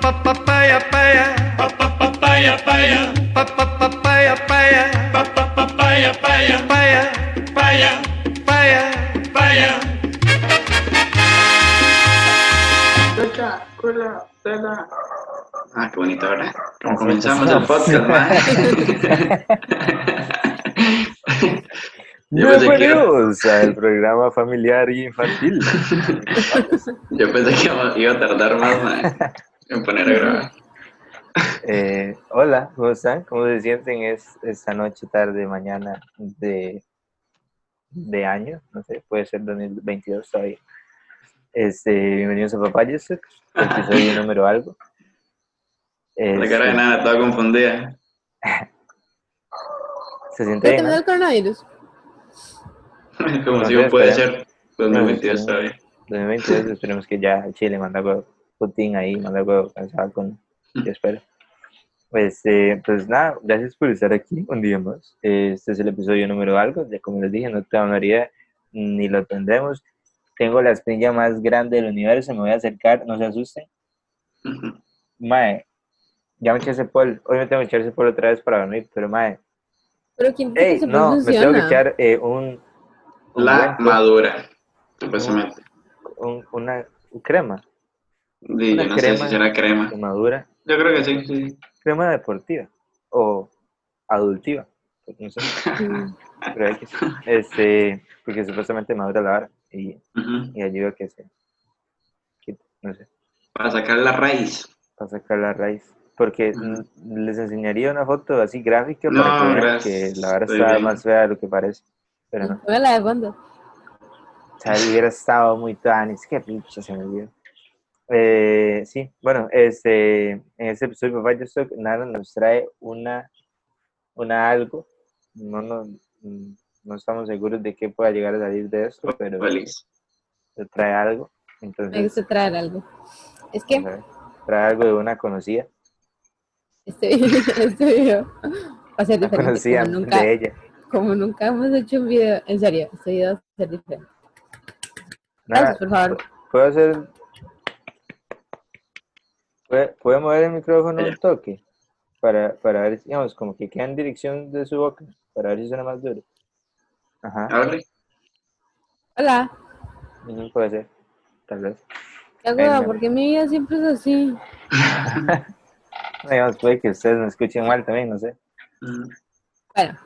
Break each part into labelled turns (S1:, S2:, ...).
S1: papaya paya,
S2: papaya paya,
S1: papaya paya,
S2: papaya paya,
S1: paya,
S2: paya,
S1: paya.
S2: paya.
S3: Cola, cola, cola.
S4: Ah, qué bonito, ¿verdad? Como comenzamos el podcast, man. Yo pensé que-
S5: Bienvenidos al programa familiar y infantil.
S4: Yo pensé que iba- iba a tardar más, man, en poner a grabar.
S5: Eh, hola, ¿cómo están? ¿Cómo se sienten es, esta noche, tarde, mañana de, de año? No sé, puede ser 2022 todavía. Este, bienvenidos a Papayos, episodio número algo.
S4: La cara de
S5: Este,
S4: nada, toda confundida.
S5: se
S6: ¿Ya
S5: siente
S6: te
S5: bien,
S6: da el
S5: ¿no?
S6: coronavirus?
S4: Como
S5: No
S4: si
S5: sé,
S4: puede
S5: espera.
S4: ser 2022 todavía.
S5: 2022, esperemos que ya Chile manda huevo. Putin ahí manda huevo, cansado con. Yo espero. Pues, eh, pues nada, gracias por estar aquí un día más. Este es el episodio número algo. Ya como les dije, no te hablaría ni lo tendremos. Tengo la espinilla más grande del universo, me voy a acercar, no se asusten. Mae, ya me eché ese pol. Hoy me tengo que echar ese pol otra vez para dormir, pero mae.
S6: Pero ¿quién
S5: Ey,
S6: se
S5: no, me tengo que
S6: funciona?
S5: echar eh, un, un
S4: La
S5: buen-
S4: madura, supuestamente.
S5: un- una crema,
S4: Y yo
S5: Una
S4: no sé si
S5: crema.
S4: será crema.
S5: madura.
S4: Yo creo que sí, sí.
S5: crema deportiva o adultiva, pues, no sé,
S6: Mm.
S5: pero hay que sí. este, porque supuestamente madura la vara y,
S4: Ujú.
S5: y ayuda a que se quite, no sé,
S4: Para sacar la raíz.
S5: para sacar la raíz. Porque
S4: Ajá.
S5: mm, les enseñaría una foto así gráfica
S4: No,
S5: para que vean que
S4: gracias,
S5: la vara
S4: estoy
S5: está
S4: bien.
S5: más fea de lo que parece. Pero no,
S6: Hola, de fondo.
S5: o sea, hubiera estado muy tan, es que pinche se me olvidó. Eh, sí, bueno, este, en este episodio de Papá Yo Soy, Nara nos trae una, una algo. No, no, mm, no estamos seguros de qué pueda llegar a salir de esto, pero
S4: Feliz.
S5: nos trae algo.
S6: Me
S5: Entonces,
S6: gusta traer algo. Es que
S5: vamos a ver, trae algo de una conocida.
S6: este, este video va a ser
S5: Una
S6: diferente.
S5: conocida
S6: Como nunca,
S5: de ella.
S6: como nunca hemos hecho un video. En serio, este video va a ser diferente.
S5: Nara,
S6: Gracias, por favor.
S5: ¿puedo hacer. ¿Puedo, puedo mover el micrófono un
S4: Allá.
S5: toque? Para, para ver, digamos, como que queda en dirección de su boca, para ver si suena más duro. Ajá.
S4: Hable.
S6: Hola.
S5: Mm, puede ser, tal vez.
S6: ¿Qué hago?
S5: Venga.
S6: ¿Por qué mi vida siempre es así?
S5: No, digamos, puede que ustedes me escuchen mal también, no sé.
S4: Ujú.
S6: Bueno,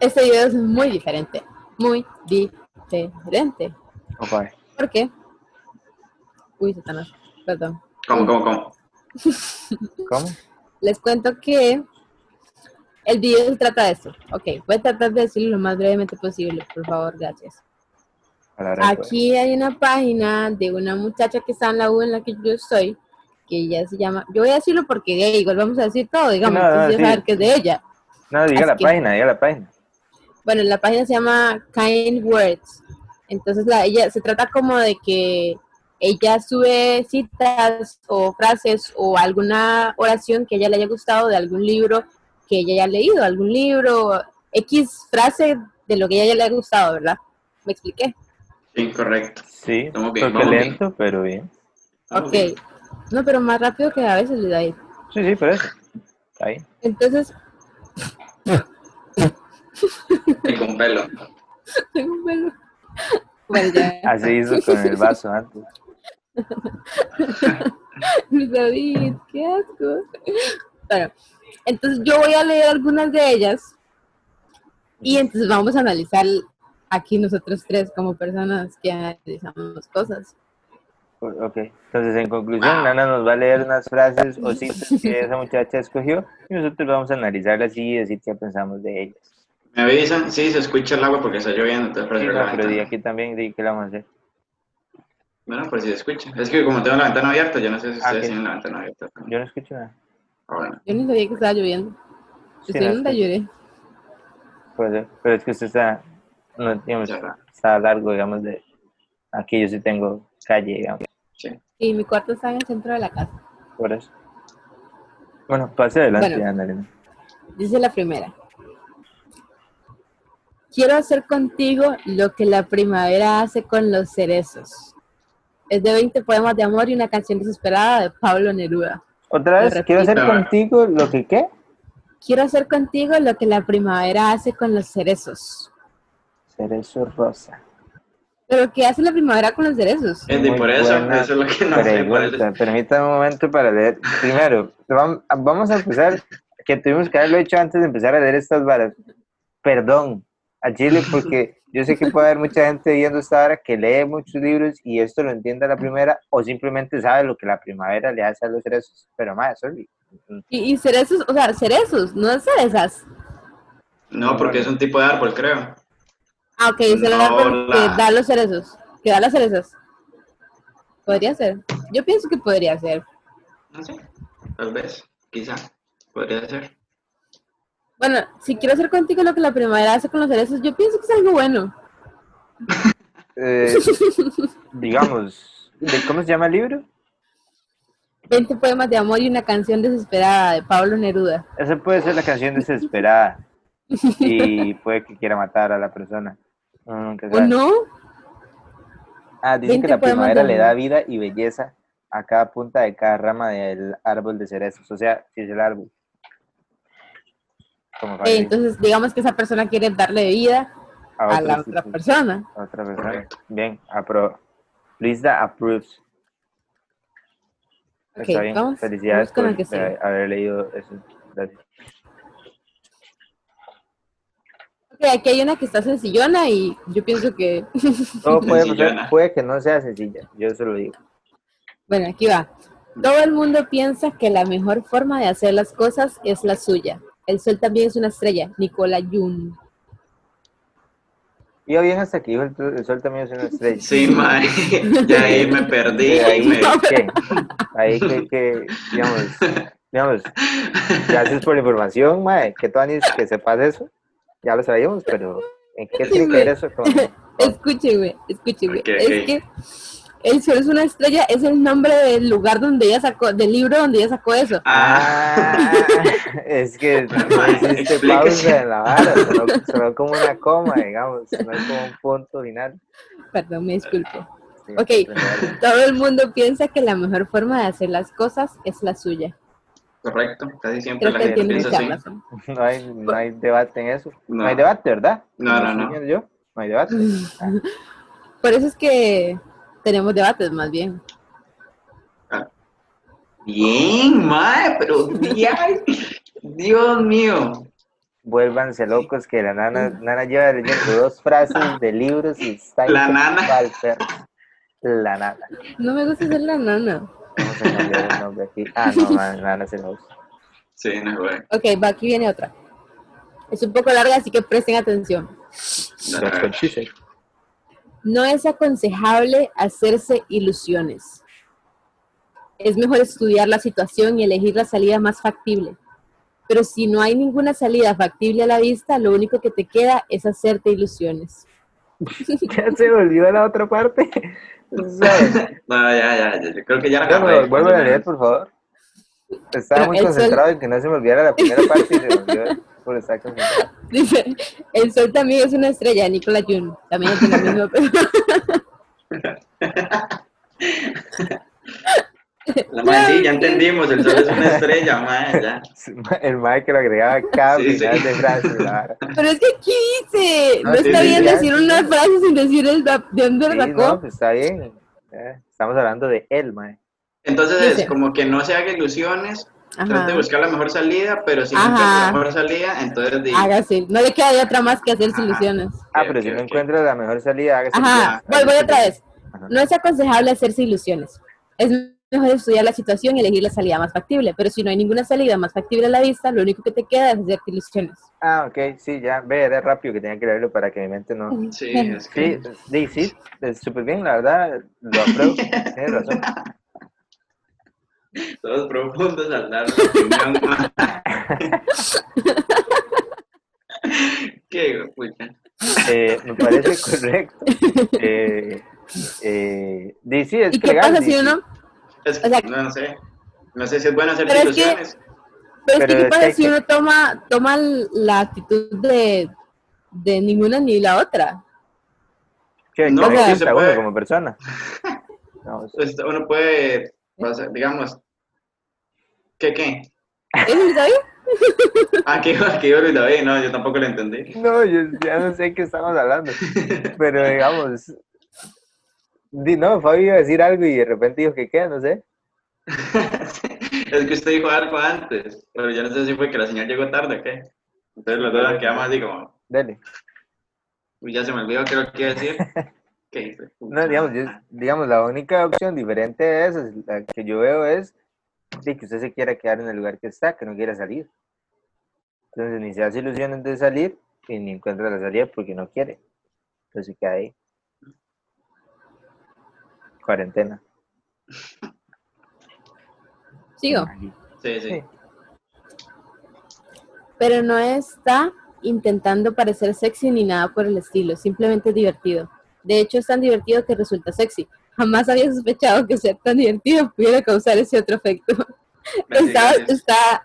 S6: este video es muy diferente. Muy diferente.
S5: Opa,
S6: ¿Por qué? Uy, Satanás. Perdón.
S4: ¿Cómo, cómo, cómo?
S5: ¿Cómo?
S6: les cuento que el video se trata de esto. Ok, voy a tratar de decirlo lo más brevemente posible, por favor, gracias.
S5: A la hora de poder.
S6: Aquí hay una página de una muchacha que está en la U en la que yo estoy, que ella se llama, yo voy a decirlo porque de ahí igual vamos a decir todo, digamos,
S5: No, no,
S6: entonces ya
S5: sí.
S6: saber que es de ella.
S5: No, diga
S6: Así
S5: la
S6: que-
S5: página, diga la página.
S6: Bueno, la página se llama Kind Words. Entonces, la, ella se trata como de que ella sube citas o frases o alguna oración que a ella le haya gustado de algún libro que ella haya leído, algún libro, X frase de lo que a ella le haya gustado, ¿verdad? ¿Me expliqué?
S4: Sí, correcto.
S5: Sí,
S4: Estamos
S5: porque
S4: bien, vamos bien.
S5: lento, pero bien.
S4: Estamos
S6: Ok.
S4: bien.
S6: No, pero más rápido que a veces le da ahí.
S5: Sí, sí, pero eso. Está bien.
S6: Entonces,
S4: Y con pelo.
S6: tengo un pelo. Bueno, ya.
S5: Así hizo con el vaso antes.
S6: David, qué asco. Bueno, entonces yo voy a leer algunas de ellas y entonces vamos a analizar aquí nosotros tres como personas que analizamos cosas.
S5: O- Pues, Ok, entonces en conclusión, Nana nos va a leer unas frases o citas que esa muchacha escogió y nosotros vamos a analizarlas y decir qué pensamos de ellas.
S4: Me avisan, sí, se escucha el agua porque está lloviendo. Entonces, por
S5: Sí,
S4: eso
S5: no,
S4: la
S5: pero di
S4: ventana.
S5: aquí también, di que la vamos a hacer.
S4: Bueno, por si se escucha. Es que como tengo la ventana abierta, yo no sé si
S5: Ah,
S4: ustedes
S5: ok.
S4: tienen la ventana abierta. ah, también.
S5: Yo no escucho nada.
S4: Ahora,
S6: Yo ni sabía que estaba lloviendo.
S5: Sí, no,
S6: Yo soy una
S5: escucho.
S6: lloré.
S5: Puede ser, pero es que usted está, no, digamos,
S4: ya va.
S5: está largo, digamos, de aquí yo sí tengo calle, digamos,
S6: Y mi cuarto está en el centro de la casa.
S5: por eso. Bueno, pase adelante,
S6: Bueno.
S5: ándale.
S6: Dice la primera. Quiero hacer contigo lo que la primavera hace con los cerezos. es de 20 poemas de amor y una canción desesperada de Pablo Neruda.
S5: Otra
S6: Me
S5: vez, quiero hacer
S4: repito.
S5: contigo lo que qué.
S6: Quiero hacer contigo lo que la primavera hace con los cerezos.
S5: Cerezo rosa.
S6: ¿Pero qué hace la primavera con los cerezos?
S4: Es de
S5: Muy
S4: por eso,
S5: buena
S4: eso es lo que no sé cuál es.
S5: Pregunta. Permítame un momento para leer. Primero, vam- vamos a empezar, que tuvimos que haberlo hecho antes de empezar a leer estas varas. Perdón a Chile, porque yo sé que puede haber mucha gente viendo esta vara que lee muchos libros y esto lo entiende a la primera, o simplemente sabe lo que la primavera le hace a los cerezos. Pero más, sorry.
S6: Y, y cerezos, o sea, cerezos, no cerezas.
S4: No, porque es un tipo de árbol, creo.
S6: Ah, ok, es el
S4: No,
S6: árbol que
S4: la-
S6: da los cerezos, que da las cerezas. Podría ser. Yo pienso que podría ser.
S4: No sé. Tal vez. Quizá. Podría ser.
S6: Bueno, si quiero hacer contigo lo que la primavera hace con los cerezos, yo pienso que es algo bueno.
S5: Eh, digamos, ¿de ¿cómo se llama el libro?
S6: 20 poemas de amor y una canción desesperada de Pablo Neruda.
S5: Esa puede ser la canción desesperada. Y puede que quiera matar a la persona. Mm, Uno nunca
S6: ¿O
S5: sabe.
S6: no?
S5: Ah, dice que
S6: 20
S5: la
S6: poemas
S5: primavera
S6: de
S5: le da
S6: amor.
S5: vida y belleza a cada punta de cada rama del árbol de cerezos. O sea, si es el árbol. Como
S6: Eh,
S5: para
S6: entonces, digamos que esa persona quiere darle vida
S5: a,
S6: a
S5: otro,
S6: la
S5: sí,
S6: otra
S5: sí,
S6: persona.
S5: a otra persona.
S4: Correcto.
S5: Bien, apro. Luisa approves.
S6: Ok,
S5: Está bien.
S6: vamos,
S5: Felicidades
S6: vamos con
S5: por
S6: el que sigue.
S5: eh, haber leído eso. Gracias.
S6: Ok, aquí hay una que está sencillona y yo pienso que...
S5: Todo puede pasar,
S4: Sencillona.
S5: puede que no sea sencilla. Yo se lo digo.
S6: Bueno, aquí va. Todo el mundo piensa que la mejor forma de hacer las cosas es la suya. El sol también es una estrella, Nicola Jung.
S5: Iba bien hasta que dijo el, el sol también es una estrella.
S4: Sí, mae. Ya ahí me perdí.
S5: De ahí,
S4: Ahí me...
S5: que, ahí que, que, digamos, digamos, gracias por la información, mae, que tú que sepas eso, ya lo sabíamos, pero ¿en qué tiene que ver eso con...?
S6: Escúcheme, escúcheme.
S4: Ok, ok.
S6: Es que el sol es una estrella, es el nombre del lugar donde ella sacó, del libro donde ella sacó eso.
S5: Ah, es que no hiciste
S4: Explíquese.
S5: pausa en la vara, sonó, sonó como una coma, digamos, sonó como un punto final.
S6: Perdón, me disculpo.
S5: Sí,
S6: Ok. Todo el mundo piensa que la mejor forma de hacer las cosas es la suya.
S4: Correcto. Casi siempre
S6: Creo
S4: la
S6: que
S4: gente
S6: entiendo
S4: piensa
S6: que
S4: así.
S6: hablas. ¿no?
S5: No hay, no hay debate en eso. No,
S4: No.
S5: hay debate, ¿verdad?
S4: No, no, no.
S5: Señor, Yo, no hay debate. Ah,
S6: Por eso es que tenemos debates más bien.
S4: Bien, mae, pero dial- Dios mío.
S5: Vuélvanse locos que la nana, nana lleva leyendo dos frases de libros y está
S4: La
S5: hecho
S4: nana.
S5: pa'l perro. La nana.
S6: No me gusta ser la nana.
S5: ¿Cómo se cambió el nombre aquí? Ah, no, la nana se lo usa.
S4: Sí, no, güey.
S6: Ok, va, aquí viene otra. Es un poco larga, así que presten atención.
S4: Dale, a ver.
S6: No es aconsejable hacerse ilusiones. Es mejor estudiar la situación y elegir la salida más factible. Pero si no hay ninguna salida factible a la vista, lo único que te queda es hacerte ilusiones.
S5: Ya se volvió a la otra parte. ¿Sabes?
S4: No, ya, ya, ya, yo creo que ya la
S5: Bueno,
S4: acabé.
S5: vuelve a leer, por favor. Estaba
S6: Pero
S5: muy
S6: el
S5: concentrado en que no se me olvidara la primera parte y se me olvidó por estar concentrado.
S6: Dice, el sol también es una estrella, Nicola Jun. También es de la misma persona.
S4: La mae, sí, ya entendimos, el sol es una estrella, mae, ya.
S5: El mae que lo agregaba a cada
S4: Sí, sí.
S5: final de frase. la vara.
S6: Pero es que aquí dice, no
S5: Ah,
S6: está
S4: sí,
S6: bien
S5: sí,
S6: decir
S5: sí.
S6: una frase sin decir el da- de dónde la
S5: Sí, no,
S6: sacó.
S5: pues está bien. Eh, Estamos hablando de él, mae.
S4: Entonces
S6: Dice.
S4: es como que no se haga ilusiones, trate de
S6: Ajá.
S4: buscar la mejor salida, pero si no encuentra
S6: Ajá.
S4: la mejor salida, entonces di,
S6: Hágase, Ah, no le queda de otra más que hacerse
S4: Ajá.
S6: ilusiones.
S5: Ah,
S4: Ok,
S5: pero si
S4: ok,
S5: no
S4: ok.
S5: encuentras la mejor salida, hágase.
S6: Ajá,
S5: bien.
S6: voy, voy otra vez.
S5: Ajá.
S6: No es aconsejable hacerse ilusiones. Es mejor estudiar la situación y elegir la salida más factible. Pero si no hay ninguna salida más factible a la vista, lo único que te queda es hacerte ilusiones.
S5: Ah, ok, sí, ya, ve, era rápido que tenía que leerlo para que mi mente no.
S4: Sí, es que...
S5: Sí, sí, sí, es súper bien, la verdad, lo apruebo, tienes razón.
S4: Todos profundos al dar su opinión. Qué puta.
S5: Eh, me parece correcto. Eh, eh, di, sí, es
S6: ¿Y
S5: que
S6: qué
S5: legal,
S6: pasa
S5: di,
S6: si
S5: sí.
S6: uno?
S4: Es-
S6: O sea-
S4: no, no sé. No sé si es bueno hacer
S6: Pero es que-
S4: ilusiones.
S6: Pero, es
S5: Pero
S6: que qué
S5: es que
S6: pasa
S5: hay
S6: si
S5: que-
S6: uno toma, toma la actitud de, de ninguna ni la otra.
S5: Que, que
S4: No,
S5: no
S4: porque se
S5: exista uno
S4: puede.
S5: como persona. No, es-
S4: Entonces, Pues, uno puede, pasar, digamos, ¿qué qué?
S6: ¿Eso lo sabía?
S4: Ah, que iba, que iba Luis David, no, yo tampoco lo entendí.
S5: No, yo ya no sé qué estamos hablando. Pero digamos, di- no, Fabio iba a decir algo y de repente dijo que queda, no sé.
S4: es que usted dijo algo antes, pero yo no sé si fue que la señal llegó tarde o qué. Entonces los dos quedamos así como,
S5: Dale.
S4: uy, ya se me olvidó qué es lo que iba a decir. ¿Qué hice? Ah,
S5: No, digamos, yo- digamos, la única opción diferente de eso, la que yo veo es de que usted se quiera quedar en el lugar que está, que no quiera salir. Entonces ni se hace ilusiones de salir y ni encuentra la salida porque no quiere. Entonces se queda ahí. Cuarentena.
S6: Sigo.
S4: Sí, sí.
S5: Sí.
S6: Pero no está intentando parecer sexy ni nada por el estilo, simplemente es divertido. De hecho, es tan divertido que resulta sexy. Jamás había sospechado que ser tan divertido pudiera causar ese otro efecto.
S4: Pues
S6: Está,
S4: Bendiciones.
S6: está...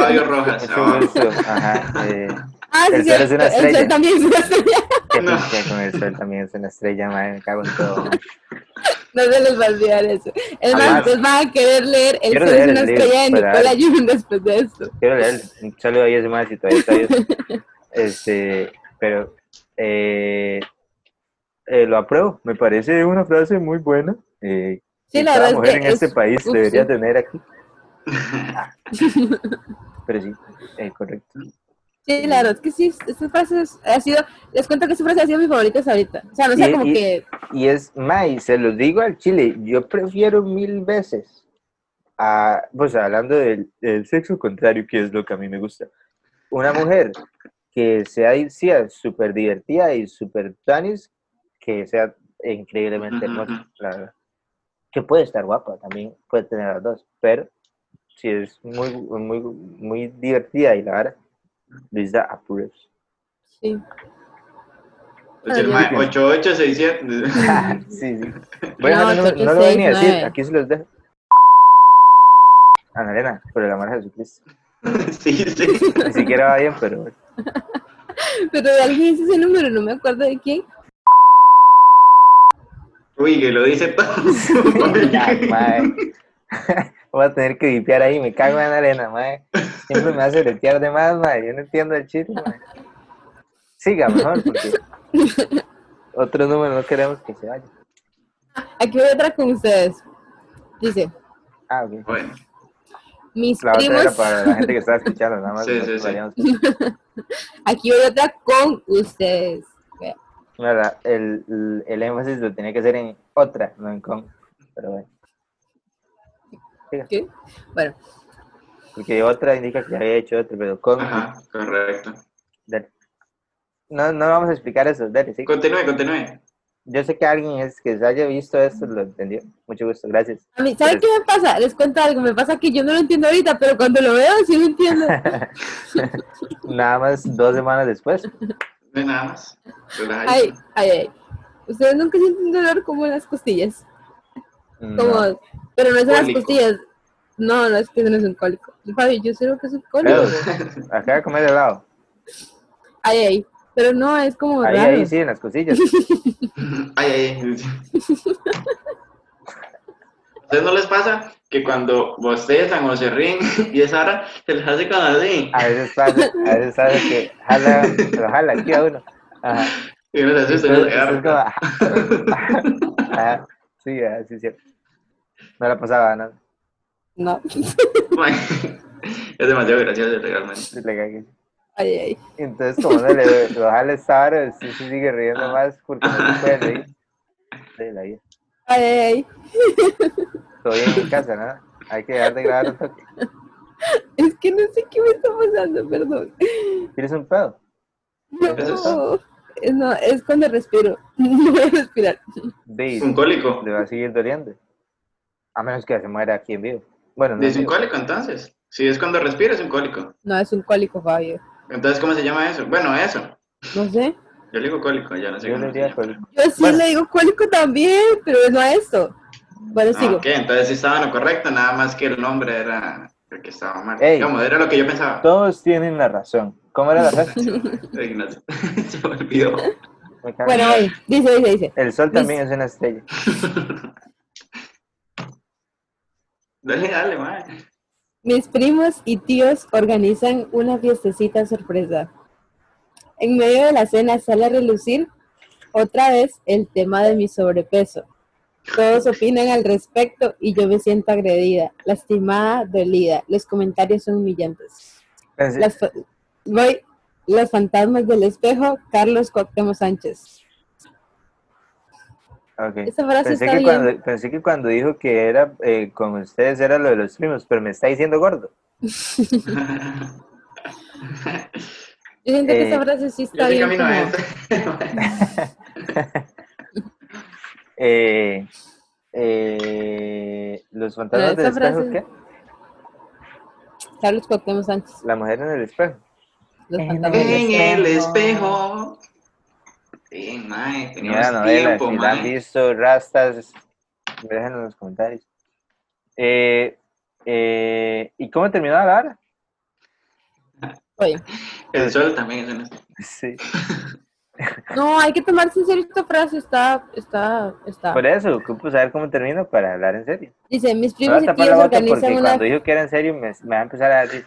S4: Fabio Rojas.
S5: Mucho
S4: no.
S5: gusto. Ajá. eh,
S6: Ah, sí,
S5: El sol es
S6: cierto,
S5: una
S6: el sol
S5: estrella.
S6: también es una estrella.
S5: qué
S4: No.
S5: pinche con el sol también es una estrella, madre, me cago en todo. mae.
S6: No se les va a olvidar eso. Es más,
S5: Jamás.
S6: ustedes van a querer leer El
S5: Quiero
S6: sol es
S5: leer
S6: una
S5: el libro,
S6: estrella de
S5: para
S6: Nicola
S5: ver.
S6: Jung después de esto.
S5: Quiero leer,
S6: Pues,
S5: un saludo a ellos más y todavía está ahí. Este, pero eh, eh, lo apruebo, me parece una frase muy buena. eh,
S6: Sí,
S5: que
S6: la
S5: cada
S6: verdad es
S5: mujer
S6: que
S5: en
S6: es-
S5: este país
S6: ups,
S5: debería
S6: sí.
S5: tener aquí. Ah, Pero sí, eh, correcto.
S6: Sí, la verdad es que sí, esta frase es- ha sido, les cuento que esta frase ha sido mi favorita hasta ahorita. O sea, no sé,
S5: Y-
S6: como
S5: y-
S6: que
S5: Y es más, y se los digo al chile, yo prefiero mil veces, a, pues hablando del, del sexo contrario, que es lo que a mí me gusta, una mujer que sea, sea súper divertida y súper tanis, que sea
S4: Ujú,
S5: increíblemente hermosa,
S4: ujú.
S5: la verdad. Que puede estar guapa, también puede tener las dos, pero si es muy, muy, muy divertida y la verdad, Luisa approves.
S6: sí.
S4: Entonces, el mae, 8867.
S5: sí, sí. Bueno, no,
S6: No,
S5: no,
S6: creo que
S5: no lo voy
S6: seis,
S5: ni a decir,
S6: nueve.
S5: aquí se los dejo. Ana Elena, por el amor de Jesucristo.
S4: Sí, sí.
S5: Ni siquiera va bien, pero bueno.
S6: Pero de alguien dice ese número, no me acuerdo de quién.
S4: Uy, que lo dice todo.
S5: Ya, mae. Voy a tener que vipear ahí, me cago en Ana Elena, mae. Siempre me hace bretear de más, mae. Yo no entiendo el chiste, mae. Siga mejor, porque otro número no queremos que se vaya.
S6: Aquí voy otra con ustedes. Dice,
S5: Ah, ok.
S4: Bueno,
S6: mis
S5: La otra era
S6: primos.
S5: para la gente que estaba escuchando, nada más.
S4: Sí,
S5: no
S4: sí,
S5: nos
S4: sí.
S5: vayamos.
S6: Aquí voy otra con ustedes. Vea.
S5: No, la- el, el- el énfasis lo tenía que hacer en otra, no en con. Pero bueno.
S6: ¿Qué? Bueno,
S5: Porque otra indica que ya había hecho otro, pero con.
S4: ajá, correcto.
S5: dale. No, no vamos a explicar eso, dale, sí.
S4: Continúe, continúe.
S5: Yo sé que alguien es que se haya visto esto lo entendió. Mucho gusto, gracias.
S6: a mí, ¿saben
S5: Pero-
S6: qué me pasa? Les cuento algo, me pasa que yo no lo entiendo ahorita, pero cuando lo veo sí lo entiendo.
S5: Nada más dos semanas después.
S4: No hay nada más. Relájese.
S6: Ay, ay, ay. Ustedes nunca sienten dolor como en las costillas. Como,
S5: Mm, No.
S6: pero no es en las
S4: Cólico.
S6: costillas. No, no es que no es un cólico. Fabio, yo sé lo que es un cólico.
S5: Pero, acaba de comer helado.
S6: Ay, ay. Pero no, es como
S5: Ahí,
S6: raro.
S5: ahí sí, en las cosillas.
S4: Ay, ay. ay. ¿Ustedes no les pasa que cuando bostezan o se ríen y es ahora se les hace con así?
S5: A veces pasa, a veces pasa que jala, lo jala aquí a uno. Ajá.
S4: Y uno se asusta y uno se
S5: Entonces, es como,
S4: agarra.
S5: ajá. Ajá. Sí, ajá, sí, es cierto. No la pasaba, no.
S6: No.
S4: Mae, Es demasiado gracioso realmente.
S5: Le cagué.
S6: Ay, ay.
S5: Entonces, como no le lo jala esta hora, sí se sigue riendo más porque no se puede reír. Sí, la vida.
S6: Ay, ay, ay.
S5: Todo bien en casa, ¿no? Hay que dejar de grabar un toque.
S6: Es que no sé qué me está pasando, perdón.
S5: ¿Tienes un pedo?
S6: No, es, no, es cuando respiro. No voy a respirar.
S5: Ve,
S4: Un cólico.
S5: le va a seguir doliendo. A menos que se muera aquí en vivo. Bueno, no.
S4: ¿Es
S5: en
S4: un
S5: vivo.
S4: cólico entonces? Si es cuando respira, es un cólico.
S6: No, es un cólico, Fabio.
S4: Entonces, ¿cómo se llama eso? Bueno, eso.
S6: No sé.
S4: Yo le digo cólico, ya no sé
S5: Yo
S4: cómo
S5: le
S4: se
S5: diría
S4: llama.
S5: col-
S6: Yo sí
S5: Bueno.
S6: le digo cólico también, pero no a esto. Bueno,
S4: Ah,
S6: sigo.
S4: ok, entonces sí estaba en lo correcto, nada más que el nombre era el que estaba mal.
S5: Ey.
S4: Digamos, era lo que yo pensaba.
S5: Todos tienen la razón. ¿Cómo era la frase?
S4: Ay, no sé, Se me olvidó.
S5: Me cago en
S4: Ah,
S6: Bueno,
S5: la-
S6: oye, dice, dice, dice.
S5: El sol también es una estrella.
S4: Dale, dale, mae.
S6: Mis primos y tíos organizan una fiestecita sorpresa. En medio de la cena sale a relucir otra vez el tema de mi sobrepeso. Todos opinan al respecto y yo me siento agredida, lastimada, dolida. Los comentarios son humillantes.
S5: Pensé-
S6: Las fa- voy, Los fantasmas del espejo, Carlos Cuauhtémoc Sánchez.
S5: ok.
S6: Esa frase
S5: Pensé
S6: está
S5: que,
S6: bien.
S5: cuando, pensé que cuando dijo que era eh, con ustedes era lo de los primos, pero me está diciendo gordo.
S6: Yo siento que
S5: Eh,
S6: esa frase sí
S4: Yo
S6: está
S4: sí
S6: bien.
S4: camino a
S6: como-
S4: eso.
S5: Eh, eh, los fantasmas
S6: esa
S5: del espejo,
S6: frase-
S5: ¿qué?
S6: Carlos Cuauhtémoc Sánchez.
S5: La mujer en el espejo.
S6: Los
S5: Eh,
S6: fantasmas del
S4: en el
S6: espejo.
S4: espejo. Bien, mae.
S5: Mira
S4: Teníamos
S5: Ah, la novela,
S4: tiempo,
S5: si la han
S4: mae.
S5: visto, rastas, me dejan en los comentarios. Eh, eh, ¿Y cómo terminaba la hora?
S6: Oye,
S4: El sol también es en este.
S5: Sí.
S6: No, hay que tomarse en serio esta frase. Está, está, está.
S5: Por eso, ocupo saber cómo termina para hablar en serio.
S6: Dice, mis
S5: No voy
S6: primos
S5: a
S6: y
S5: tapar la
S6: tíos
S5: boca porque
S6: organizan una
S5: cuando dijo que era en serio me, me va a empezar a decir,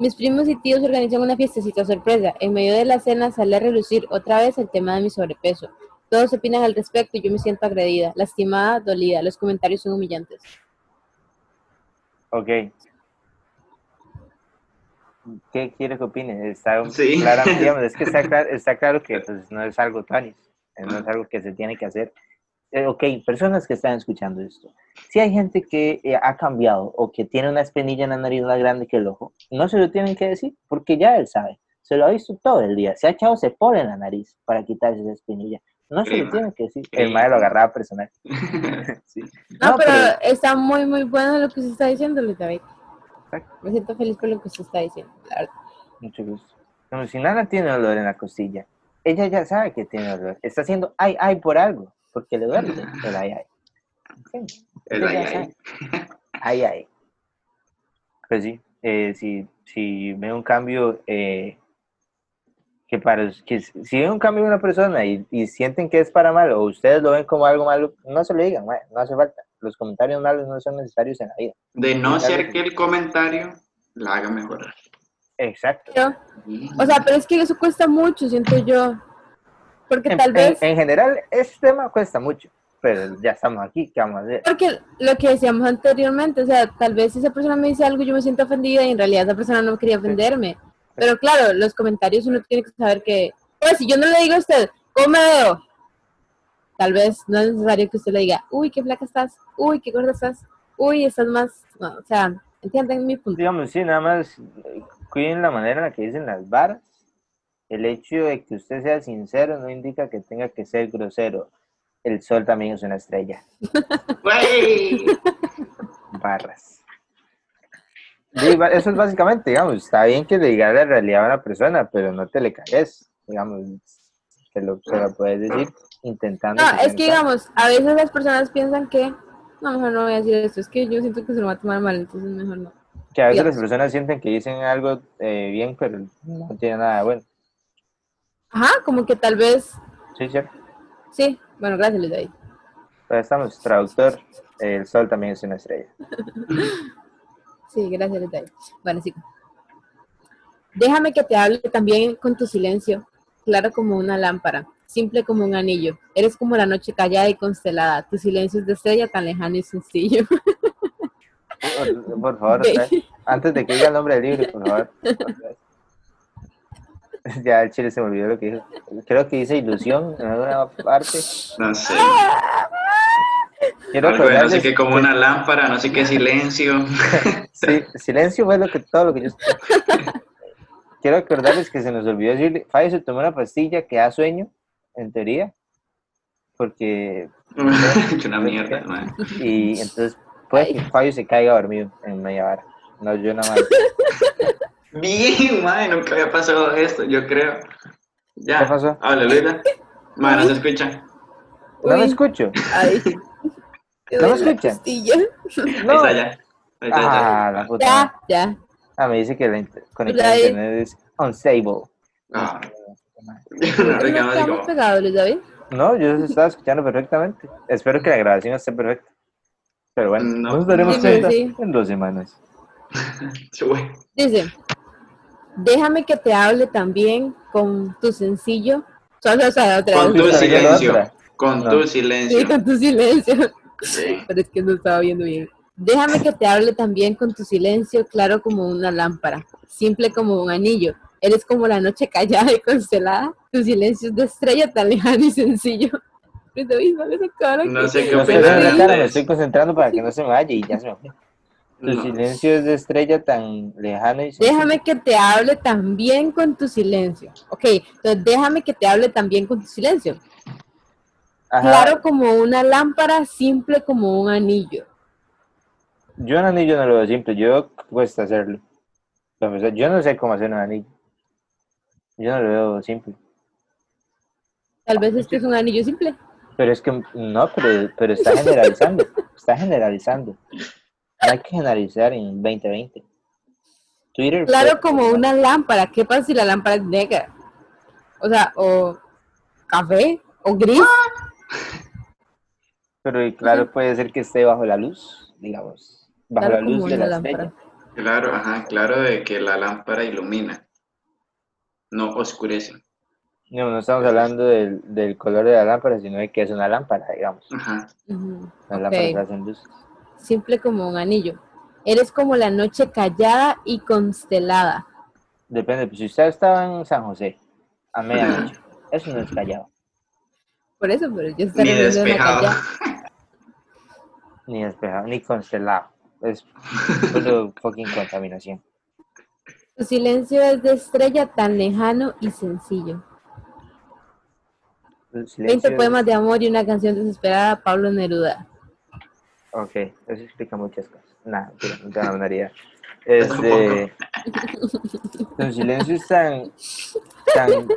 S6: Mis primos y tíos organizan una fiestecita sorpresa. En medio de la cena sale a relucir otra vez el tema de mi sobrepeso. Todos opinan al respecto y yo me siento agredida, lastimada, dolida. Los comentarios son humillantes.
S5: ok. ¿Qué quiere que opine? Está
S4: Sí.
S5: claro, digamos, es que está claro, está claro que pues, no es algo tan, no es algo que se tiene que hacer. Eh, ok, personas que están escuchando esto, si hay gente que eh, ha cambiado o que tiene una espinilla en la nariz más grande que el ojo, no se lo tienen que decir porque ya él sabe. Se lo ha visto todo el día. Se ha echado cepol en la nariz para quitarse esa espinilla. No se
S4: Sí,
S5: lo
S4: ma.
S5: tienen que decir.
S4: Sí.
S5: El madre lo agarraba personal. Sí.
S6: No, pero,
S5: pero-
S6: está muy, muy bueno lo que se está diciendo, Luis David.
S5: Exacto.
S6: Me siento feliz por lo que se está diciendo. la verdad.
S5: Mucho gusto. Como si Nana tiene dolor en la costilla. Ella ya sabe que tiene dolor. Está haciendo ay, ay por algo. Porque le duele el ay, ay. Sí,
S4: El
S5: ella
S4: ay,
S5: ya
S4: ay.
S5: sabe. Ay, ay. Pues sí, eh, si, si ve un cambio eh, que para us- que si si ve un cambio en una persona y, y sienten que es para malo o ustedes lo ven como algo malo, no se lo digan, mae, no hace falta. Los comentarios malos no son necesarios en la vida.
S4: De no ser que el comentario la haga mejorar.
S5: Exacto.
S6: Pero- o sea, pero es que eso cuesta mucho, siento yo. Porque
S5: En,
S6: tal
S5: en-
S6: vez...
S5: en general, este tema cuesta mucho, pero ya estamos aquí, ¿qué vamos a hacer?
S6: Porque lo que decíamos anteriormente, o sea, tal vez si esa persona me dice algo yo me siento ofendida y en realidad esa persona no quería ofenderme. Pero claro, los comentarios uno tiene que saber que, pues si yo no le digo a usted, ¿cómo me veo? Tal vez no es necesario que usted le diga, uy, qué flaca estás, uy, qué gorda estás, uy, estás más, no, o sea, entienden mi punto.
S5: Digamos, sí, nada más eh, cuiden la manera en la que dicen las varas. El hecho de que usted sea sincero no indica que tenga que ser grosero. El sol también es una estrella.
S4: Güey.
S5: Barras. Sí, ba- eso es básicamente, digamos, está bien que le digas la realidad a una persona, pero no te le calles, digamos, se lo, se lo puedes decir intentando.
S6: No,
S5: sea
S6: es que
S5: neutral.
S6: digamos, a veces las personas piensan que, no, mejor no voy a decir esto, es que yo siento que se lo va a tomar mal, entonces mejor no.
S5: Que a veces
S6: Digamos.
S5: las personas sienten que dicen algo eh, bien, pero no tiene nada de bueno.
S6: Ajá, como que tal vez,
S5: Sí, cierto.
S6: sí, bueno, gracias, les doy.
S5: Pero estamos, traductor, el sol también es una estrella.
S6: Sí, gracias, detalle. Bueno, sí. Déjame que te hable también con tu silencio, claro como una lámpara, simple como un anillo. Eres como la noche callada y constelada, tu silencio es de estrella tan lejano y sencillo.
S5: Por, por favor, otra vez. antes de que diga el nombre del libro, por favor. otra vez. Ya el chile se me olvidó lo que dijo. Creo que dice ilusión en alguna parte.
S4: No sé.
S6: Ah.
S5: Quiero
S4: Algo de no sé
S5: recordarles
S4: qué, como una lámpara, no sé qué silencio.
S5: Sí, silencio fue lo que, todo lo que yo... Quiero recordarles que se nos olvidó decir, Fabio se tomó una pastilla que da sueño, en teoría, porque...
S4: Hecho una mierda, mae.
S5: Y entonces puede que Fabio se caiga dormido en media hora. No, yo nada más.
S4: Bien, mae, nunca había pasado esto, yo creo. Ya.
S5: ¿Qué pasó?
S4: Habla, Luisa. Mae, no se escucha.
S5: No me
S6: Uy.
S5: escucho.
S6: Ay, te
S5: ¿No me
S6: duele la
S5: escuchan?
S6: costilla.
S4: Ahí
S5: No.
S4: está, ya. Ahí está,
S5: Ah, la
S4: ya.
S5: puta. madre.
S6: Ya, ya.
S5: Ah, me dice que la inter- conexión a
S6: Hola, eh.
S5: internet es unstable.
S4: Ah.
S6: Nosotros
S4: Ahora quedamos
S6: nos
S4: así
S6: quedamos
S4: como-
S6: pegados, Luis David.
S5: No, yo los estaba escuchando perfectamente. Espero que la grabación esté perfecta. Pero bueno,
S4: No.
S5: nos daremos
S6: Sí,
S5: cuenta
S6: sí.
S5: en dos semanas.
S4: Sí, güey.
S6: Dice, déjame que te hable también con tu sencillo. Solo, o sea, otra
S4: Con
S6: vez.
S4: tu
S5: Sí, también la
S4: silencio.
S5: otra.
S4: Con
S5: No.
S4: tu
S6: Sí,
S4: silencio.
S6: con tu silencio.
S4: Sí.
S6: Pero es que no estaba viendo bien. Déjame que te hable también con tu silencio, claro como una lámpara, simple como un anillo. Eres como la noche callada y constelada. Tu silencio es de estrella tan lejano y sencillo. Pero, uy, no me sacaron
S4: No
S6: que-
S4: sé qué
S5: No se
S6: Pero
S5: ve
S4: opinan
S5: la cara,
S6: sí.
S5: me
S4: ustedes.
S5: estoy concentrando para que no se me vaya y ya se me fue. Tu
S4: No.
S5: silencio es de estrella tan lejana y sin-
S6: Déjame que te hable también con tu silencio. Ok, entonces déjame que te hable también con tu silencio.
S5: Ajá,
S6: Claro como una lámpara, simple como un anillo.
S5: Yo un anillo no lo veo simple, yo cuesta hacerlo. Confesar, Yo no sé cómo hacer un anillo. Yo no lo veo simple.
S6: Tal vez este es un anillo simple.
S5: Pero es que, no, pero, pero está generalizando. Está generalizando. No hay que generalizar en 2020. Twitter.
S6: Claro
S5: fue-
S6: como una lámpara. ¿Qué pasa si la lámpara es negra? O sea, o café, o gris.
S5: Ah, Pero el claro puede ser que esté bajo la luz, digamos. Bajo
S6: Claro
S5: la luz
S6: como
S5: de
S6: una
S5: la
S6: lámpara.
S5: estrella.
S4: Claro, ajá, claro de que la lámpara ilumina, no oscurece.
S5: No, no estamos hablando del, del color de la lámpara, sino de que es una lámpara, digamos.
S4: Ajá.
S6: Ujú.
S5: Las
S6: Ok.
S5: lámparas hacen luz.
S6: Simple como un anillo. Eres como la noche callada y constelada.
S5: Depende, pues si usted estaba en San José a medianoche, eso no es callado,
S6: Por eso, pero yo
S4: Ni
S6: estaré viendo la
S4: despejado.
S6: callada.
S5: ni despejado, ni constelado. Es puro fucking contaminación.
S6: Tu silencio es de estrella tan lejano y sencillo.
S5: El
S6: 20
S5: silencio-
S6: poemas de amor y una canción desesperada, Pablo Neruda.
S5: Ok, eso explica muchas cosas. Nada, mentira, no tengo la menor idea. Este. Los silencios tan. tan.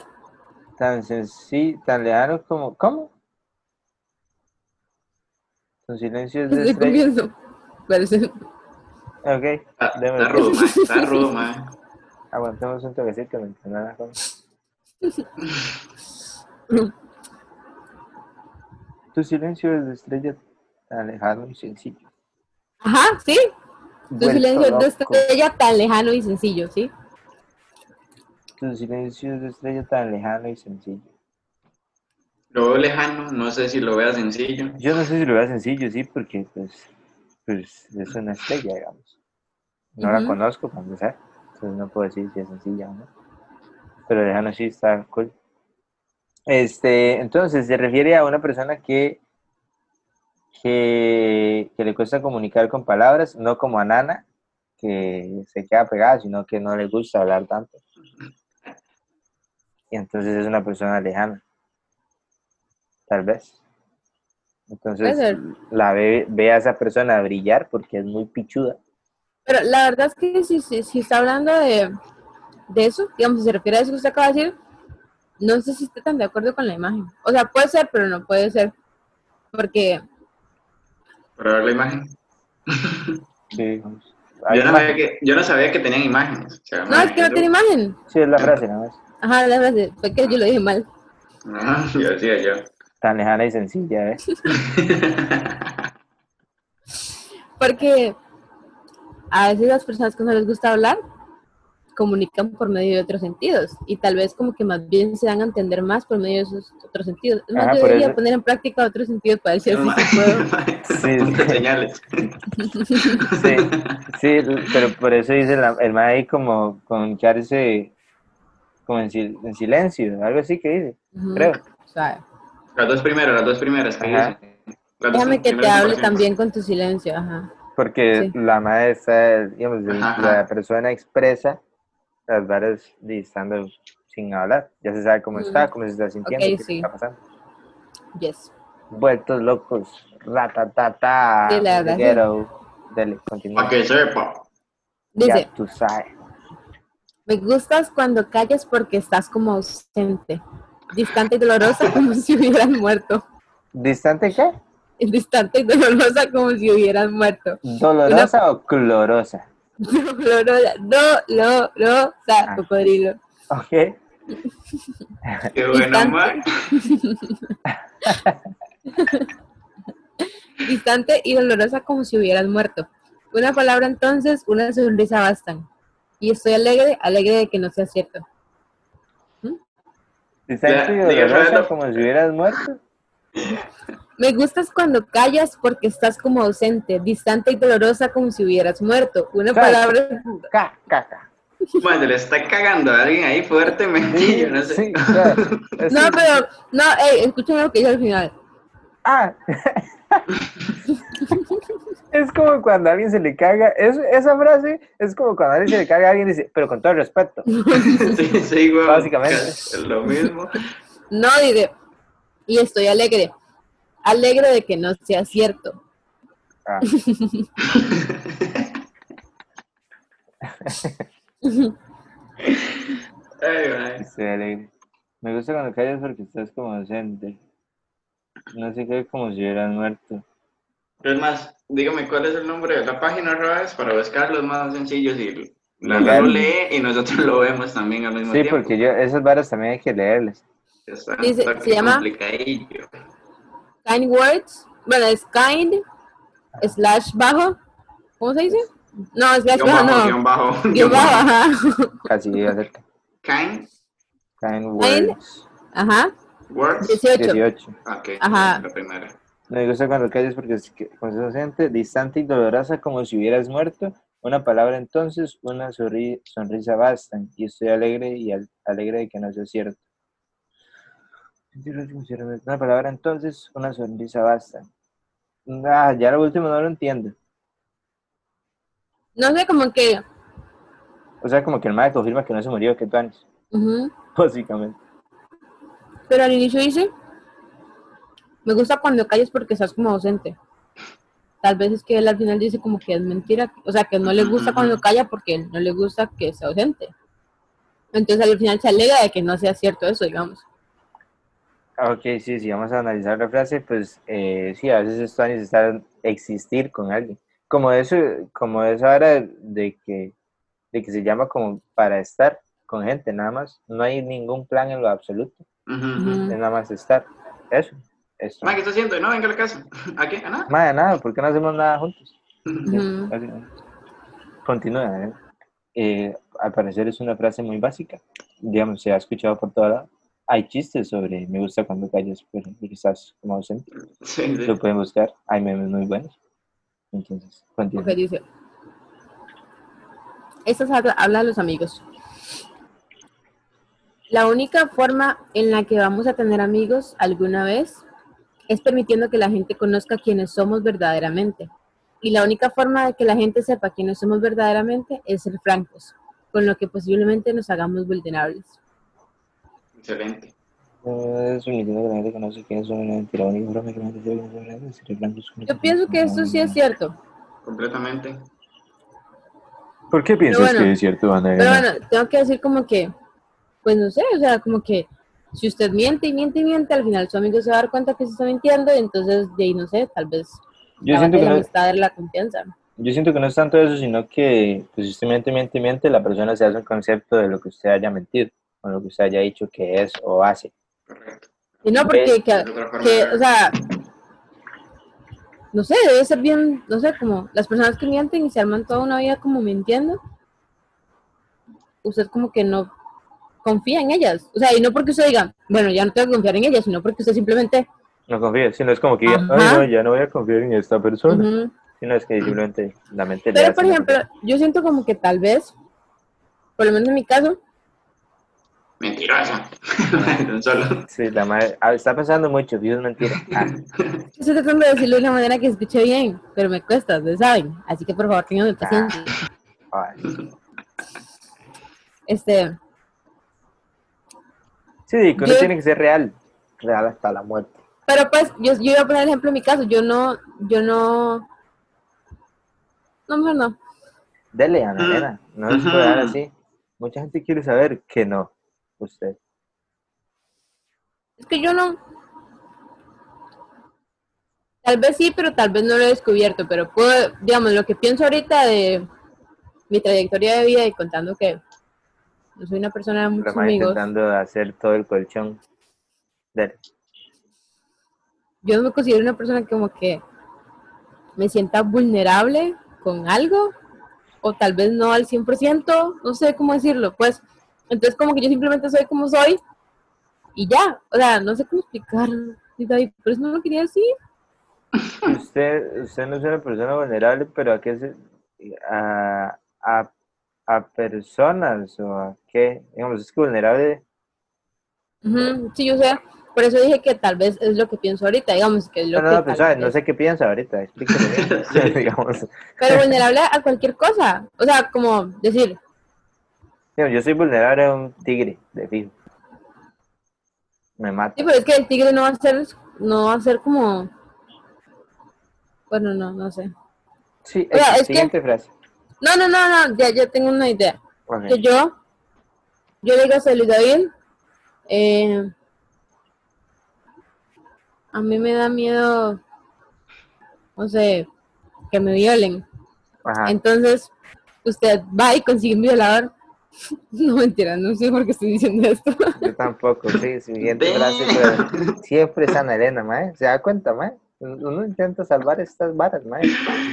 S5: tan sencillo, tan lejanos como. ¿Cómo? Los silencios de
S6: Estoy
S5: estrella.
S6: comiendo. Parece-
S5: Ok,
S4: Está,
S5: démosle.
S4: está rudo, mae, está rudo, mae.
S5: aguantemos un toquecito mientras nada como. Tu silencio es de estrella tan lejano y sencillo.
S6: Ajá, sí. Tu
S5: Vuelto
S6: silencio es de
S5: loco.
S6: estrella tan lejano y sencillo, ¿sí?
S5: Tu silencio es de estrella tan lejano y sencillo.
S4: Lo veo lejano, no sé si lo vea sencillo.
S5: Yo no sé si lo vea sencillo, sí, porque pues, pues es una estrella, digamos. No la
S6: Ujú.
S5: conozco para empezar, entonces no puedo decir si es sencilla o no. Pero lejano sí está cool. Este, entonces se refiere a una persona que, que, que le cuesta comunicar con palabras, no como a Nana, que se queda pegada, sino que no le gusta hablar tanto. Y entonces es una persona lejana. Tal vez. Entonces
S6: Puede ser.
S5: la ve, ve a esa persona brillar porque es muy pichuda.
S6: Pero la verdad es que si, si, si está hablando de, de eso, digamos, si se refiere a eso que usted acaba de decir, no sé si está tan de acuerdo con la imagen. O sea, puede ser, pero no puede ser. Porque
S4: Para ver la imagen.
S5: Sí.
S4: Yo no, sabía que, yo no sabía que tenían imágenes. o sea,
S6: no,
S4: mae,
S6: es que no
S4: eso-
S6: tiene imagen.
S5: Sí, es la frase nada más.
S6: Ajá, la frase, fue que yo lo dije mal.
S4: Ah, yo decía yo.
S5: Tan lejana y sencilla, ¿eh?
S6: Porque a veces las personas que no les gusta hablar comunican por medio de otros sentidos y tal vez como que más bien se dan a entender más por medio de esos otros sentidos. Es más,
S5: Ajá,
S6: yo
S5: Ah, por
S6: debería
S5: eso-
S6: poner en práctica otros sentidos para decir si
S4: Mae,
S6: se puedo.
S4: mae,
S5: Sí.
S4: punto de señales.
S5: Sí, sí, pero por eso dice la- el mae ahí como comunicarse como en, sil- en silencio, algo así que dice,
S6: Ujú,
S5: creo.
S6: o sea,
S4: Las dos primeras, las dos primeras. ¿qué
S5: Ajá.
S4: dicen? Las dos
S6: déjame que te
S4: primeras
S6: hable
S4: comparaciones.
S6: también con tu silencio, ajá.
S5: Porque
S6: Sí.
S5: la madre está, digamos, el-
S4: Ajá, ajá.
S5: la persona expresa las varias di- estando sin hablar. Ya se sabe cómo está,
S6: Mm.
S5: cómo se está sintiendo,
S6: Ok,
S5: qué
S6: sí.
S5: está pasando.
S6: Yes.
S5: Vueltos locos, ratatata,
S6: Sí, la verdad, sí.
S5: reguero. Dele, continúa.
S4: Para que sepa.
S6: Dice,
S5: Ya tú sabes.
S6: me gustas cuando callas porque estás como ausente, distante y dolorosa como si hubieras muerto.
S5: ¿Distante qué?
S6: Distante y dolorosa como si hubieras muerto.
S5: ¿Dolorosa o clorosa?
S6: Dolorosa, dolorosa,
S5: Ah.
S6: cocodrilo.
S5: Ok.
S4: Qué bueno,
S6: Distante.
S4: mae.
S6: distante y dolorosa como si hubieras muerto. Una palabra entonces, una sonrisa bastan. Y estoy alegre, alegre de que no sea cierto.
S5: Distante y
S4: Ya, diga,
S5: dolorosa
S4: Fernando.
S5: como si hubieras muerto.
S6: Me gustas cuando callas porque estás como ausente, distante y dolorosa como si hubieras muerto. Una
S5: Exacto.
S6: palabra...
S5: Ca, ca, ca.
S4: Madre, le está cagando a alguien ahí fuertemente, yo no sé.
S5: Sí, o sea, es-
S6: No, pero... No, ey, escúchame lo que dice al final.
S5: Ah. es como cuando a alguien se le caga. es- esa frase es como cuando a alguien se le caga a alguien y dice, pero con todo el respeto.
S4: Sí, sí, güey.
S5: Básicamente.
S4: Es lo mismo.
S6: No, dice... Y estoy alegre. Alegre de que no sea cierto.
S5: Ah,
S4: Ay, güey.
S5: estoy alegre. Me gusta cuando callas porque estás como ausente. No sé qué, como si hubieras muerto.
S4: Es más, dígame cuál es el nombre de la página otra vez para buscar los más sencillos y la
S5: Legal.
S4: lo lee y nosotros lo vemos también al mismo
S5: Sí,
S4: tiempo.
S5: porque yo, esas varas también hay que leerlas.
S4: Está un
S6: Dice,
S4: toque
S6: se llama-
S4: complicadillo.
S6: Kind words. Bueno, es kind slash bajo. ¿Cómo se dice? No, slash
S4: Guión
S6: bajo,
S4: bajo,
S6: no.
S4: guión bajo.
S6: Guión bajo, ajá.
S5: Casi llega cerca.
S4: Kind
S5: Kind words.
S6: Ajá.
S4: words.
S6: 18.
S5: 18.
S4: Ok,
S6: Ajá.
S4: la primera.
S5: Me gusta cuando callas porque es que- como estás ausente, distante y dolorosa como si hubieras muerto. Una palabra entonces, una sorri- sonrisa bastan. Y estoy alegre y al- alegre de que no sea cierto. Una palabra entonces, una sonrisa bastan. Ah, ya lo último no lo entiendo.
S6: No sé, como que.
S5: O sea, como que el madre confirma que no se murió, que tú
S6: ujú.
S5: básicamente.
S6: Pero al inicio dice: Me gusta cuando calles porque estás como ausente. Tal vez es que él al final dice como que es mentira. O sea, que no le gusta cuando calla porque no le gusta que sea ausente. Entonces al final se alega de que no sea cierto eso, digamos.
S5: Ah, Ok, sí, sí, vamos a analizar la frase, pues eh, sí, a veces esto va a necesitar existir con alguien. Como eso, como esa hora de, de que, de que se llama como para estar con gente, nada más. No hay ningún plan en lo absoluto,
S4: Ujú.
S6: Ujú.
S5: es nada más estar. Eso, eso.
S4: Ma, ¿qué está haciendo? No, venga a la casa. ¿A qué? ¿A nada?
S5: Más de nada, ¿por qué no hacemos nada juntos? Sí,
S6: Ujú.
S5: básicamente. Continúa, ¿eh? Eh, al parecer es una frase muy básica, digamos, se ha escuchado por toda la... Hay chistes sobre me gusta cuando callas, pero estás como ausente.
S4: Sí, sí.
S5: lo pueden buscar. Hay memes muy buenos. Entonces, continúa.
S6: Ok, dice. Estas habla habla a los amigos. La única forma en la que vamos a tener amigos alguna vez es permitiendo que la gente conozca quiénes somos verdaderamente. Y la única forma de que la gente sepa quiénes somos verdaderamente es ser francos, con lo que posiblemente nos hagamos vulnerables.
S4: Excelente.
S5: Eh, sugiriendo que la gente conoce quién es una mentira, la única broma que la gente sabe quién es una mentira, seré blanco, oscuro,
S6: Yo pienso que esto sí es cierto.
S4: Completamente.
S5: ¿Por qué
S6: piensas bueno, que es
S5: cierto, Ana?
S6: Pero bueno, tengo que decir como que, pues no sé, o sea, como que si usted miente y miente y miente, al final su amigo se va a dar cuenta que se está mintiendo y entonces de ahí no sé, tal vez
S5: yo,
S6: la
S5: siento
S6: base de
S5: que
S6: la
S5: no,
S6: amistad es la confianza.
S5: yo siento que no es tanto eso, sino que pues, si usted miente, miente, miente, la persona se hace un concepto de lo que usted haya mentido, o lo que usted haya dicho que es o hace.
S4: Correcto.
S6: Y no, porque, que,
S4: Es otra forma
S6: que,
S4: de
S6: o
S4: ver.
S6: sea, no sé, debe ser bien, no sé, como las personas que mienten y se arman toda una vida como mintiendo, usted como que no confía en ellas. O sea, y no porque usted diga, bueno, ya no tengo que confiar en ellas, sino porque usted simplemente...
S5: No confía, sino es como que,
S6: Ajá.
S5: ay, no, ya no voy a confiar en esta persona.
S6: ujú,
S5: Sino es que simplemente la mente le
S6: Pero,
S5: hace
S6: por
S5: una-
S6: ejemplo, yo siento como que tal vez, por lo menos en mi caso,
S4: Mentirosa. De un solo.
S5: Sí, la madre, ah, está pensando mucho, vio es mentira. Ah.
S6: estoy tratando de decirlo de una manera que escuche bien, pero me cuesta, ustedes saben. Así que, por favor, tengan paciencia.
S5: Ah, Ay.
S6: Este,
S5: Sí, que uno
S6: Yo-
S5: tiene que ser real. Real hasta la muerte.
S6: pero pues, yo, yo voy a poner ejemplo en mi caso. Yo no, yo no... No, mejor no.
S5: Dele, Ana, nena, No se puede dar así. Mucha gente quiere saber que no. Usted.
S6: Es que yo no... Tal vez sí, pero tal vez no lo he descubierto. Pero puedo, digamos, lo que pienso ahorita de mi trayectoria de vida y contando que no soy una persona de
S5: La
S6: muchos
S5: madre
S6: amigos.
S5: intentando hacer todo el colchón. Dele.
S6: yo no me considero una persona que como que me sienta vulnerable con algo, o tal vez no al 100%, no sé cómo decirlo, pues, entonces como que yo simplemente soy como soy y ya, o sea, no sé cómo explicarlo, sí, David, pero eso no lo quería decir.
S5: Usted, usted no es una persona vulnerable, pero ¿a qué se, a, a, a personas o a qué? Digamos, es que vulnerable,
S6: Ujú, Sí, yo sé, por eso dije que tal vez es lo que pienso ahorita, digamos, que es lo
S5: no, no,
S6: que
S5: no, pues,
S6: tal
S5: sabe,
S6: vez-
S5: no sé qué piensa ahorita, explíqueme. bien. O sea, digamos,
S6: pero vulnerable a cualquier cosa, o sea, como decir,
S5: digamos, yo soy vulnerable a un tigre, de fijo. Me mata.
S6: sí, pero es que el tigre no va a ser, no va a ser como, bueno, no, no sé.
S5: Sí,
S6: O sea,
S5: X,
S6: es que-
S5: siguiente frase.
S6: No, no, no, no, ya, ya tengo una idea.
S5: Ok.
S6: que yo, yo le digo a Luis David, eh, a mí me da miedo, no sé, que me violen.
S5: Ajá.
S6: Entonces, usted va y consigue un violador. No mentira, no sé por qué estoy diciendo esto.
S5: Yo tampoco, sí, siguiente
S4: Damn.
S5: frase, pero siempre es Ana Elena, mae. ¿Se da cuenta, mae? Uno intenta salvar estas varas, mae.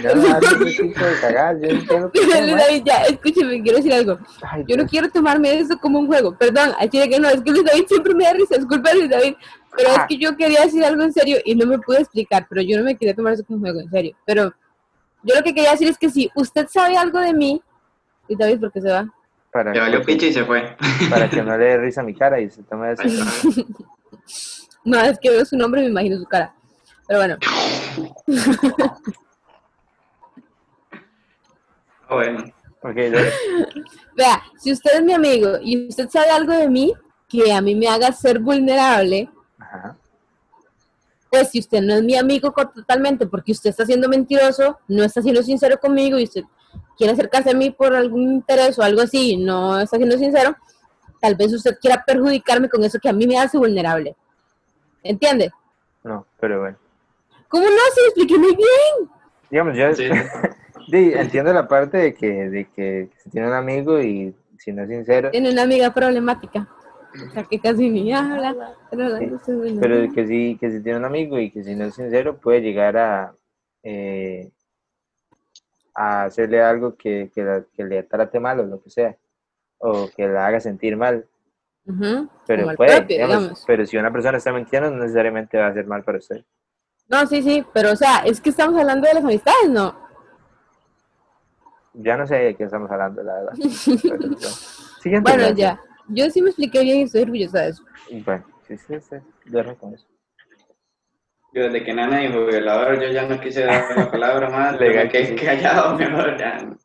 S5: No, no hace ese tipo de cagadas, yo entiendo por qué,
S6: Luis
S5: mae.
S6: David, ya, escúcheme, quiero decir algo.
S5: Ay,
S6: Yo no
S5: Dios.
S6: quiero tomarme eso como un juego. Perdón, al chile que no, es que Luis David siempre me da risa. Disculpa, Luis David. Pero es que yo quería decir algo en serio y no me pude explicar, pero yo no me quería tomar eso como un juego, en serio. Pero yo lo que quería decir es que si usted sabe algo de mí, Luis David, ¿por qué se va?
S5: para,
S4: Le valió picha y se fue.
S5: para que no le dé risa a mi cara y se tome eso.
S6: No, es que veo su nombre y me imagino su cara. Pero bueno,
S4: Ah, bueno.
S5: Ok, yo-
S6: vea, si usted es mi amigo y usted sabe algo de mí que a mí me haga ser vulnerable,
S5: Ajá.
S6: pues si usted no es mi amigo co- totalmente porque usted está siendo mentiroso, no está siendo sincero conmigo y usted quiere acercarse a mí por algún interés o algo así, y no está siendo sincero, tal vez usted quiera perjudicarme con eso que a mí me hace vulnerable. ¿Entiende?
S5: No, pero bueno.
S6: ¿Cómo no? Se lo expliqué muy bien.
S5: Digamos, yo
S4: Sí.
S5: sí, entiendo la parte de que, de que si tiene un amigo y si no es sincero,
S6: Tiene una amiga problemática. O sea, que casi ni habla. Pero, la
S5: Sí,
S6: cosa es buena.
S5: pero que si, que si tiene un amigo y que si no es sincero puede llegar a, eh, a hacerle algo que, que, la- que le trate mal o lo que sea, o que la haga sentir mal,
S6: Ujú,
S5: pero
S6: como al
S5: puede,
S6: propio,
S5: digamos,
S6: digamos.
S5: pero si una persona está mintiendo no necesariamente va a hacer mal para usted.
S6: No, sí, sí, pero o sea, es que estamos hablando de las amistades, ¿no?
S5: Ya no sé de qué estamos hablando, la verdad. pero bueno. Siguiente
S6: Bueno,
S5: frase.
S6: ya. Yo sí me expliqué bien y estoy orgullosa de eso.
S5: Bueno, sí, sí, sí, duerme con eso.
S4: Yo desde que Nana dijo violador, yo ya no quise dar la palabra más. Le
S5: Legal
S4: me
S5: que
S4: quedé callado, mejor ya. no.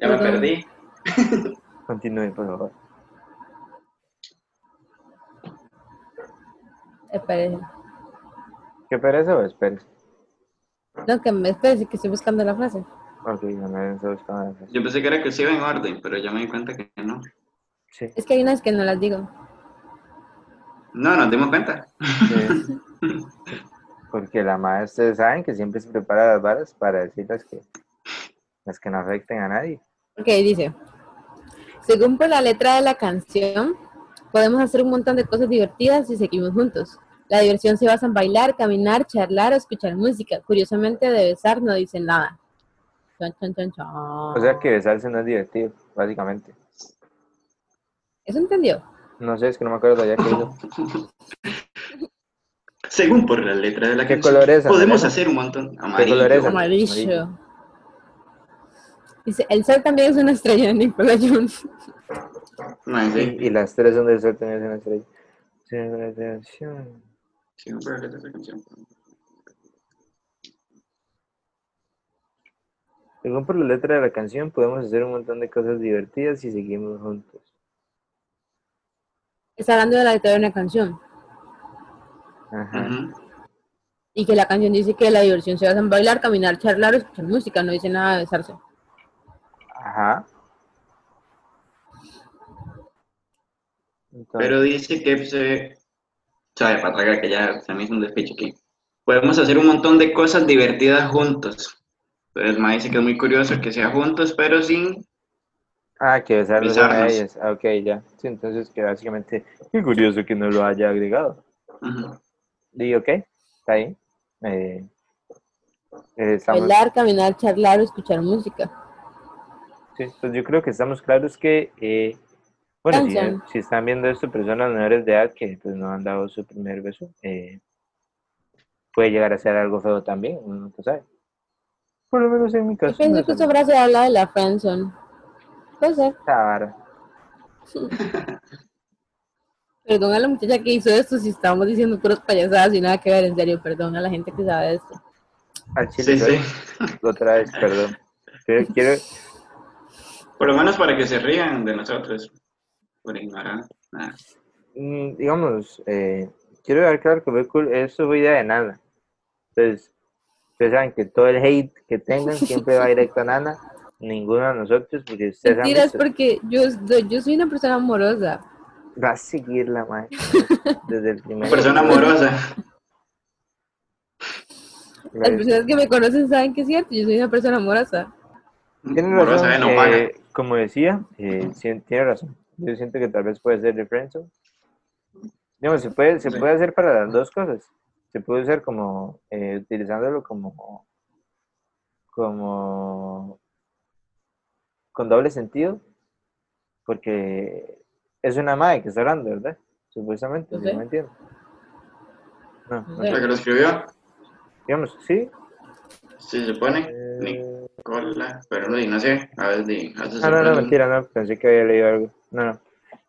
S4: Ya me
S6: Perdón.
S4: perdí.
S5: Continúe, por favor.
S6: Espere.
S5: ¿Qué pereza pues, o esperes?
S6: No, que me espere, que estoy buscando la frase.
S5: Ok, no me ven solo con eso.
S4: Yo pensé que era que se iba en orden, pero ya me di cuenta que no.
S5: Sí,
S6: Es que hay unas que no las digo.
S4: No, nos dimos cuenta.
S5: sí. Porque la madre, ustedes saben que siempre se prepara las varas para decir las que, las que no afecten a nadie.
S6: Ok, dice. Según por la letra de la canción, podemos hacer un montón de cosas divertidas si seguimos juntos. La diversión se basa en bailar, caminar, charlar o escuchar música. Curiosamente, de besar no dice nada. Chon, chon, chon, chon.
S5: O sea que besarse no es divertido, básicamente.
S6: ¿Eso entendió?
S5: No sé, es que no me acuerdo ya que dijo.
S4: Según por la letra de la
S5: ¿Qué
S4: canción,
S5: color es,
S4: podemos
S5: Amarelo?
S4: hacer un montón. Amarillo.
S5: color es, Amarelo.
S6: Amarillo. Dice, el sol también es una estrella de Nicolás Jones.
S4: Mae, sí.
S5: Y, y las tres son del sol también es una estrella. Sí, una relación.
S4: Según por la letra de la canción.
S5: Según por la letra de la canción, podemos hacer un montón de cosas divertidas si seguimos juntos.
S6: Está hablando de la letra de una canción.
S5: Ajá.
S4: Ujú.
S6: y que la canción dice que la diversión se basa en bailar, caminar, charlar o escuchar música, no dice nada de besarse.
S5: Ajá. Entonces,
S4: Pero dice que se. Sabe, patraca, que ya se me hizo un despecho aquí. Podemos hacer un montón de cosas divertidas juntos. Entonces, Mae dice que es muy curioso que sea juntos, pero sin.
S5: Ah, que besarlos a
S4: Besarnos.
S5: ellas. Ah, ok, ya. Sí, entonces que básicamente, qué curioso que no lo haya agregado.
S4: Ujú.
S5: ¿Y ok? ¿Está ahí? Eh, eh, estamos-
S6: Bailar, caminar, charlar o escuchar música.
S5: sí, pues yo creo que estamos claros que, eh, bueno, si,
S6: Canción.
S5: si están viendo esto personas menores de edad que pues, no han dado su primer beso, eh, puede llegar a ser algo feo también, uno nunca sabe. Por lo menos en mi
S6: Yo
S5: caso. no
S6: pienso
S5: es
S6: que esta
S5: algo-
S6: frase habla de la friendzone. Puede ser.
S5: Esta vara.
S6: Perdón a la muchacha que hizo esto si estamos diciendo puras payasadas y nada que ver, en serio, perdón a la gente que sabe de esto.
S5: Al
S4: Sí,
S5: chile,
S4: sí.
S5: soy- otra vez, perdón. Quiero, quiero-
S4: Por lo menos para que se rían de nosotros. Por ignorar. Ah,
S5: mm, digamos, eh, quiero dejar claro que Becul, eso fue idea de Nana. Entonces, ustedes saben que todo el hate que tengan siempre va directo a Nana, ninguno de nosotros, porque ustedes han
S6: Mentiras
S5: visto-
S6: porque yo, yo soy una persona amorosa.
S5: va a seguir la madre desde el primer
S4: Una persona amorosa.
S6: Las
S5: Les-
S6: personas que me conocen saben que es cierto, yo soy una persona amorosa.
S5: Tiene
S4: Amorosa,
S5: razón,
S4: eh, no
S5: eh,
S4: paga.
S5: como decía, eh, sí, tiene razón. Yo siento que tal vez puede ser de friendzone. Digamos, se puede, se
S4: Sí.
S5: puede hacer para las dos cosas. Se puede usar como, eh, utilizándolo como, como, con doble sentido, porque es una madre que está hablando, ¿verdad? Supuestamente,
S6: No
S5: si
S6: sé.
S5: no me entiendo. No,
S6: No
S5: no
S6: sé.
S5: sé.
S4: La que lo escribió,
S5: Digamos, sí.
S4: sí, se pone
S5: eh,
S4: Nicola, pero no, y no sé, a ver, di, a veces
S5: Ah, no, no,
S4: sorprende.
S5: mentira, no, pensé que había leído algo. No, no.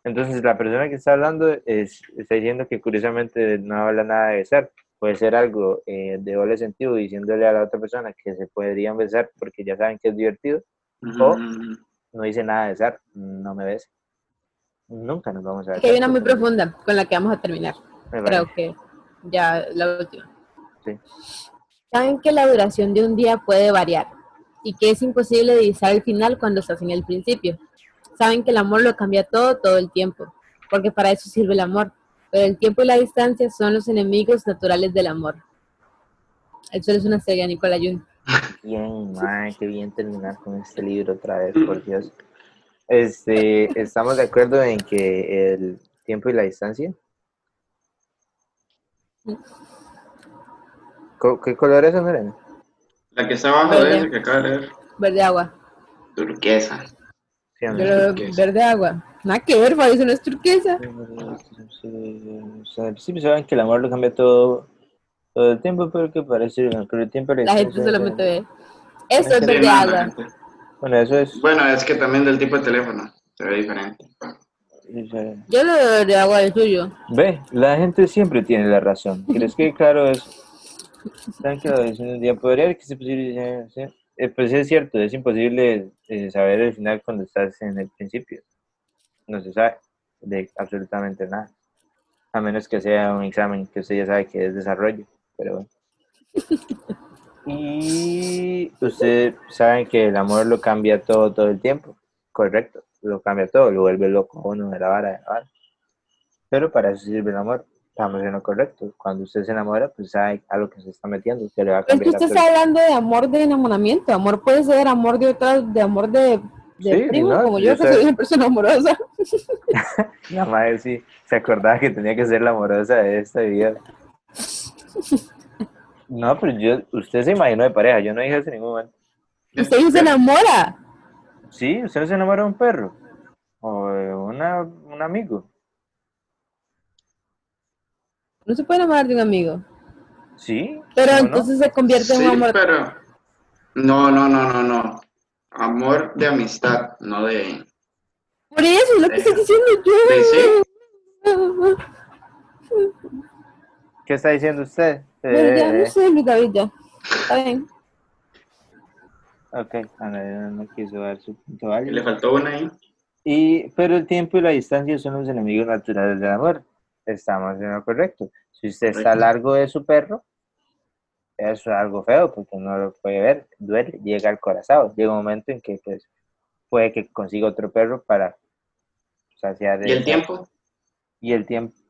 S5: Entonces, la persona que está hablando es, está diciendo que curiosamente no habla nada de besar. Puede ser algo eh, de doble sentido, diciéndole a la otra persona que se podrían besar porque ya saben que es divertido.
S4: Ujú,
S5: o-
S4: ujú.
S5: No dice nada de besar, no me bese. Nunca nos vamos a besar.
S6: Aquí hay una muy
S5: porque
S6: profunda con la que vamos a terminar.
S5: me
S6: Creo
S5: parece.
S6: que ya la última.
S5: Sí.
S6: Saben que la duración de un día puede variar y que es imposible divisar el final cuando estás en el principio. Saben que el amor lo cambia todo, todo el tiempo, porque para eso sirve el amor. Pero el tiempo y la distancia son los enemigos naturales del amor. Eso es una serie, Nicola Jun.
S5: Bien, mae, qué bien terminar con este libro otra vez, por Dios. Este, estamos de acuerdo en que el tiempo y la distancia. Co- ¿Qué color es, Morena?
S4: La que está abajo
S6: Verde.
S4: de esa que acaba de leer,
S6: Verde agua.
S4: turquesa.
S5: Sí, o no?
S6: Yo lo veo
S4: turquesa.
S6: verde agua. Nada que ver, Fabio, eso no es turquesa.
S5: O sea, al principio saben que el amor lo cambia todo, todo el tiempo, pero que parece que el tiempo y la
S6: La gente
S5: distancia-
S6: solamente ve. Eso es
S5: Sí,
S6: verde
S4: no, no,
S6: agua.
S4: gente.
S5: Bueno, eso es.
S4: Bueno, es que también del tipo de teléfono se ve diferente.
S5: o sea,
S6: Yo lo veo verde agua del suyo.
S5: Ve, la gente siempre tiene la razón. ¿Crees que claro es? Saben que la decisión del día podría que es posible. sí. Eh, pues es cierto, es imposible eh, saber el final cuando estás en el principio. No se sabe de absolutamente nada. A menos que sea un examen que usted ya sabe que es desarrollo, pero bueno. Y ustedes saben que el amor lo cambia todo, todo el tiempo. Correcto, lo cambia todo, lo vuelve loco a uno de la vara, de la vara. Pero para eso sirve el amor. Estamos en lo correcto. Cuando usted se enamora, pues sabe a lo que se está metiendo, que le va a
S6: Pero es
S5: cambiar.
S6: que usted está
S5: absolutamente-
S6: hablando de amor de enamoramiento. Amor puede ser amor de otras, de amor de, de
S5: Sí,
S6: primos,
S5: no,
S6: como
S5: yo
S6: yo, que
S5: sé.
S6: soy una persona amorosa.
S5: La madre sí se acordaba que tenía que ser la amorosa de esta vida. No, pero yo, usted se imaginó de pareja, yo no dije eso en ningún momento.
S6: Usted no se enamora.
S5: Sí, usted no se enamora de un perro o de una, un amigo.
S6: No se puede enamorar de un amigo.
S5: Sí,
S6: Pero
S5: ¿cómo no?
S6: entonces se convierte en
S4: Sí,
S6: un amor.
S4: pero... No, no, no, no, no. Amor de amistad, no de...
S6: Por eso es lo que estoy diciendo
S4: de sí.
S6: yo.
S5: ¿Qué está diciendo usted?
S6: Bueno, ya,
S5: Eh,
S6: no sé, Luis David, ya. Está bien.
S5: Ok, Ana Elena no quiso dar su punto
S4: Y
S5: válido.
S4: le faltó una ahí.
S5: Y, pero el tiempo y la distancia son los enemigos naturales del amor. Estamos en lo correcto. Si usted está
S4: Correcto.
S5: largo de su perro, eso es algo feo porque no lo puede ver, duele, llega al corazón. Llega un momento en que pues, puede que consiga otro perro para saciar
S4: ¿Y el
S5: esa-
S4: tiempo?
S5: Y el tiempo,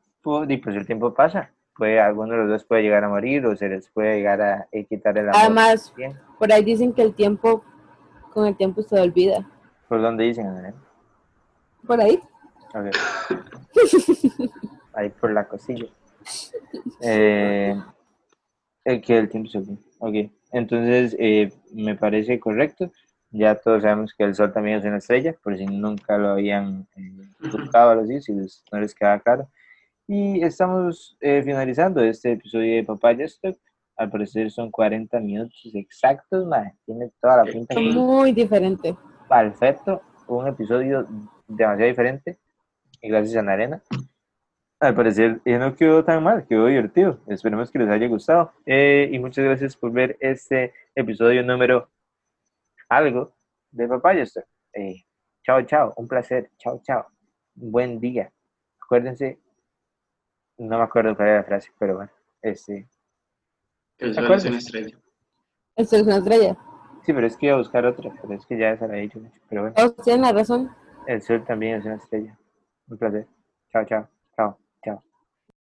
S5: y pues el tiempo pasa. Puede, alguno de los dos puede llegar a morir o se les puede llegar a eh, quitar el amor.
S6: Además,
S5: Bien.
S6: por ahí dicen que el tiempo, con el tiempo se olvida.
S5: ¿Por dónde dicen, Ana Elena?
S6: Por ahí.
S5: Ok. Ahí por la cosilla. Eh, que el tiempo se fue. Ok. Entonces, eh, me parece correcto. Ya todos sabemos que el Sol también es una estrella, por si nunca lo habían eh, tocado así, si les- no les queda claro. Y estamos eh, finalizando este episodio de Papaya Stock. Al parecer son 40 minutos exactos, mae. Tiene toda la pinta. que es
S6: Muy diferente.
S5: perfecto, un episodio demasiado diferente. Y gracias a Narena. Al parecer eh, no quedó tan mal, quedó divertido. Esperemos que les haya gustado. Eh, y muchas gracias por ver este episodio número algo de Papaya Store. Eh, chao, chao. Un placer. Chao, chao. Buen día. Acuérdense, no me acuerdo cuál era la frase, pero bueno. Este,
S4: Que el sol es
S5: Acuérdate.
S4: una estrella.
S6: Esto es una estrella.
S5: sí, pero es que iba a buscar otra, pero es que ya se la he dicho mucho. Pero bueno.
S6: Todos tienen la razón.
S5: El sol también es una estrella. Un placer. Chao, chao.